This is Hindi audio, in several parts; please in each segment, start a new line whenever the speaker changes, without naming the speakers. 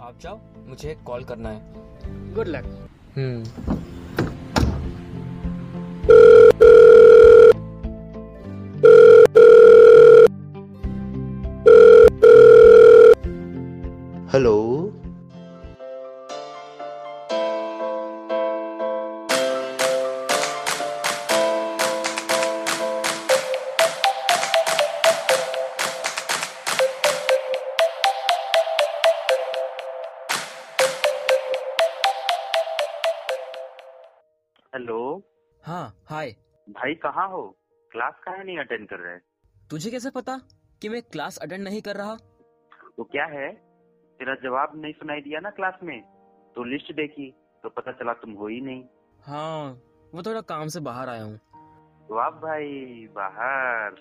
आप जाओ मुझे कॉल करना है
गुड लक
हम्म
हेलो
हेलो
हाँ हाय
भाई कहाँ हो क्लास काहे नहीं अटेंड कर रहे
तुझे कैसे पता कि मैं क्लास अटेंड नहीं कर रहा
वो क्या है तेरा जवाब नहीं सुनाई दिया ना क्लास में तो लिस्ट देखी तो पता चला तुम हो ही नहीं
हाँ वो थोड़ा काम से बाहर आया हूँ
वाह भाई बाहर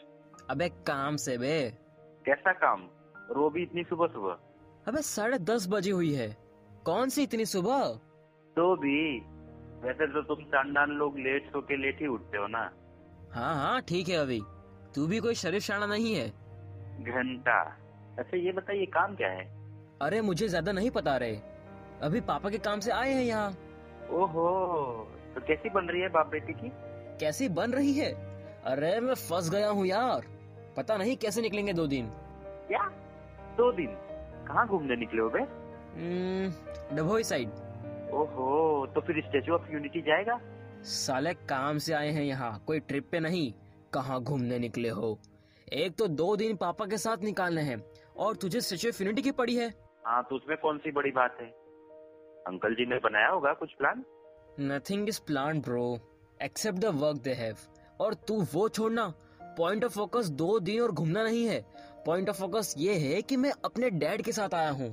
अबे काम से बे
कैसा काम और वो भी इतनी सुबह सुबह
अबे साढ़े दस बजे हुई है कौन सी इतनी सुबह
तो भी वैसे तो तुम चांडान लोग लेट सो के लेट ही उठते हो ना
हाँ हाँ ठीक है अभी तू भी कोई शरीफ शाना नहीं है
घंटा अच्छा ये बताइए काम क्या है
अरे मुझे ज्यादा नहीं पता रे अभी पापा के काम से आए हैं यहाँ
ओहो तो कैसी बन रही है बाप बेटे की
कैसी बन रही है अरे मैं फंस गया हूँ यार पता नहीं कैसे निकलेंगे दो दिन
क्या दो दिन कहाँ घूमने निकले हो बे
हम्म, डभोई साइड
ओहो तो फिर स्टेचू ऑफ यूनिटी जाएगा
साले काम से आए हैं यहाँ कोई ट्रिप पे नहीं कहाँ घूमने निकले हो एक तो दो दिन पापा के साथ निकालने हैं और तुझे स्टेचू ऑफ यूनिटी की पड़ी है
हाँ तो उसमें कौन सी बड़ी बात है अंकल जी ने बनाया होगा कुछ plan
nothing is plan bro except the work they have और तू वो छोड़ना पॉइंट ऑफ फोकस दो दिन और घूमना नहीं है पॉइंट ऑफ फोकस ये है कि मैं अपने डैड के साथ आया हूँ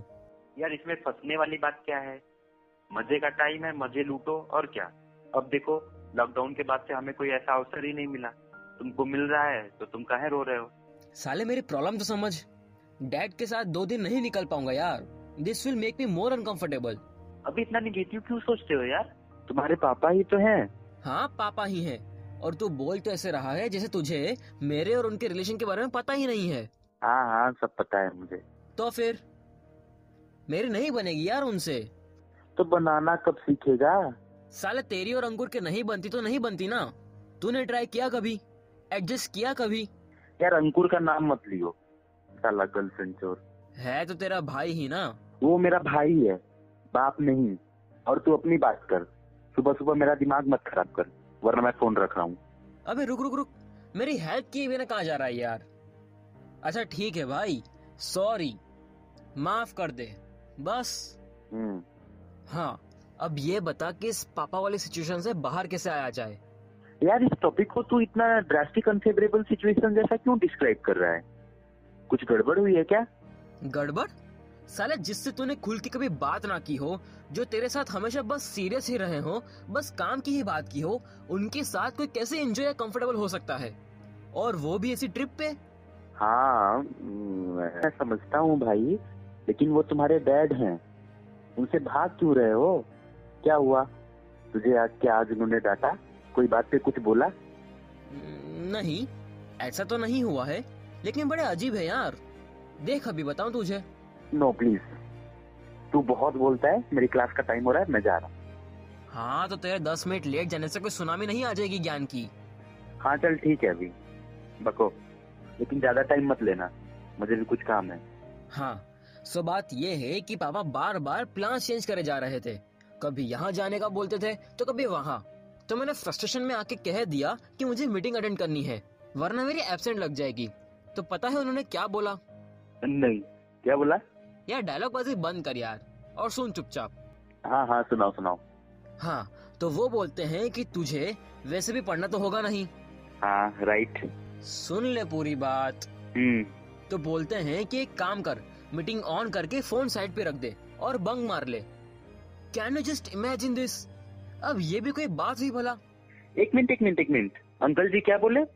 यार इसमें फंसने वाली बात क्या है मजे का टाइम है मजे लूटो और क्या अब देखो लॉकडाउन के बाद से हमें कोई ऐसा अवसर ही नहीं मिला तुमको मिल रहा है तो तुम काहे रो रहे हो
साले मेरी प्रॉब्लम तो समझ डैड के साथ दो दिन नहीं निकल पाऊंगा यार this will make me more uncomfortable
अभी इतना निगेटिव क्यों सोचते हो यार तुम्हारे पापा ही तो हैं
हाँ पापा ही हैं और तू बोल तो ऐसे रहा है जैसे तुझे मेरे और उनके रिलेशन के बारे में पता ही नहीं है
हाँ हाँ सब पता है मुझे
तो फिर मेरी नहीं बनेगी यार उनसे
तो बनाना कब सीखेगा
साले तेरी और अंकुर के नहीं बनती तो नहीं बनती ना तूने ट्राई किया कभी एडजस्ट किया कभी
यार अंकुर का नाम मत लियो साला गर्लफ्रेंड चोर
है तो तेरा भाई ही ना
वो मेरा भाई है बाप नहीं और तू अपनी बात कर सुबह सुबह मेरा दिमाग मत खराब कर वरना मैं फोन रख रहा हूँ
अबे रुक रुक रुक मेरी हेल्प किए बिना कहाँ जा रहा है यार अच्छा ठीक है भाई सॉरी माफ कर दे बस
हम्म,
हाँ अब ये बता कि इस पापा वाली सिचुएशन से बाहर कैसे आया जाए
यार इस टॉपिक को तू इतना ड्रास्टिक अनफेवरेबल सिचुएशन जैसा क्यों डिस्क्राइब कर रहा है कुछ गड़बड़ हुई है क्या
गड़बड़ साले जिससे तूने खुल के कभी बात ना की हो जो तेरे साथ हमेशा बस सीरियस ही रहे हो बस काम की ही बात की हो उनके साथ कोई कैसे एंजॉय या कंफर्टेबल हो सकता है और वो भी ऐसी ट्रिप पे
हाँ हम्म, मैं समझता हूँ भाई लेकिन वो तुम्हारे डैड हैं उनसे भाग क्यों रहे हो क्या हुआ तुझे आज क्या आज उन्होंने डांटा कोई बात पे कुछ बोला
नहीं ऐसा तो नहीं हुआ है लेकिन बड़े अजीब है यार देख अभी बताऊं तुझे
नो प्लीज तू बहुत बोलता है मेरी क्लास का टाइम हो रहा है मैं जा रहा हूँ
हाँ तो तेरे दस मिनट लेट जाने से कोई सुनामी नहीं आ जाएगी ज्ञान की
हाँ चल ठीक है अभी बको लेकिन ज्यादा टाइम मत लेना मुझे भी कुछ काम है
हाँ सो बात ये है कि पापा बार बार प्लान चेंज करे जा रहे थे कभी यहाँ जाने का बोलते थे तो कभी वहाँ तो मैंने फ्रस्ट्रेशन में आके कह दिया कि मुझे मीटिंग अटेंड करनी है वरना मेरी एब्सेंट लग जाएगी तो पता है उन्होंने क्या बोला
नहीं क्या बोला
यार डायलॉग बाजी बंद कर यार और सुन चुपचाप
हाँ हाँ सुनाओ सुनाओ
हाँ तो वो बोलते हैं कि तुझे वैसे भी पढ़ना तो होगा नहीं
हाँ राइट
सुन ले पूरी बात
हम्म
तो बोलते हैं कि एक काम कर मीटिंग ऑन करके फोन साइड पे रख दे और बंग मार ले can you just imagine this अब ये भी कोई बात हुई भला
एक मिनट एक मिनट एक मिनट अंकल जी क्या बोले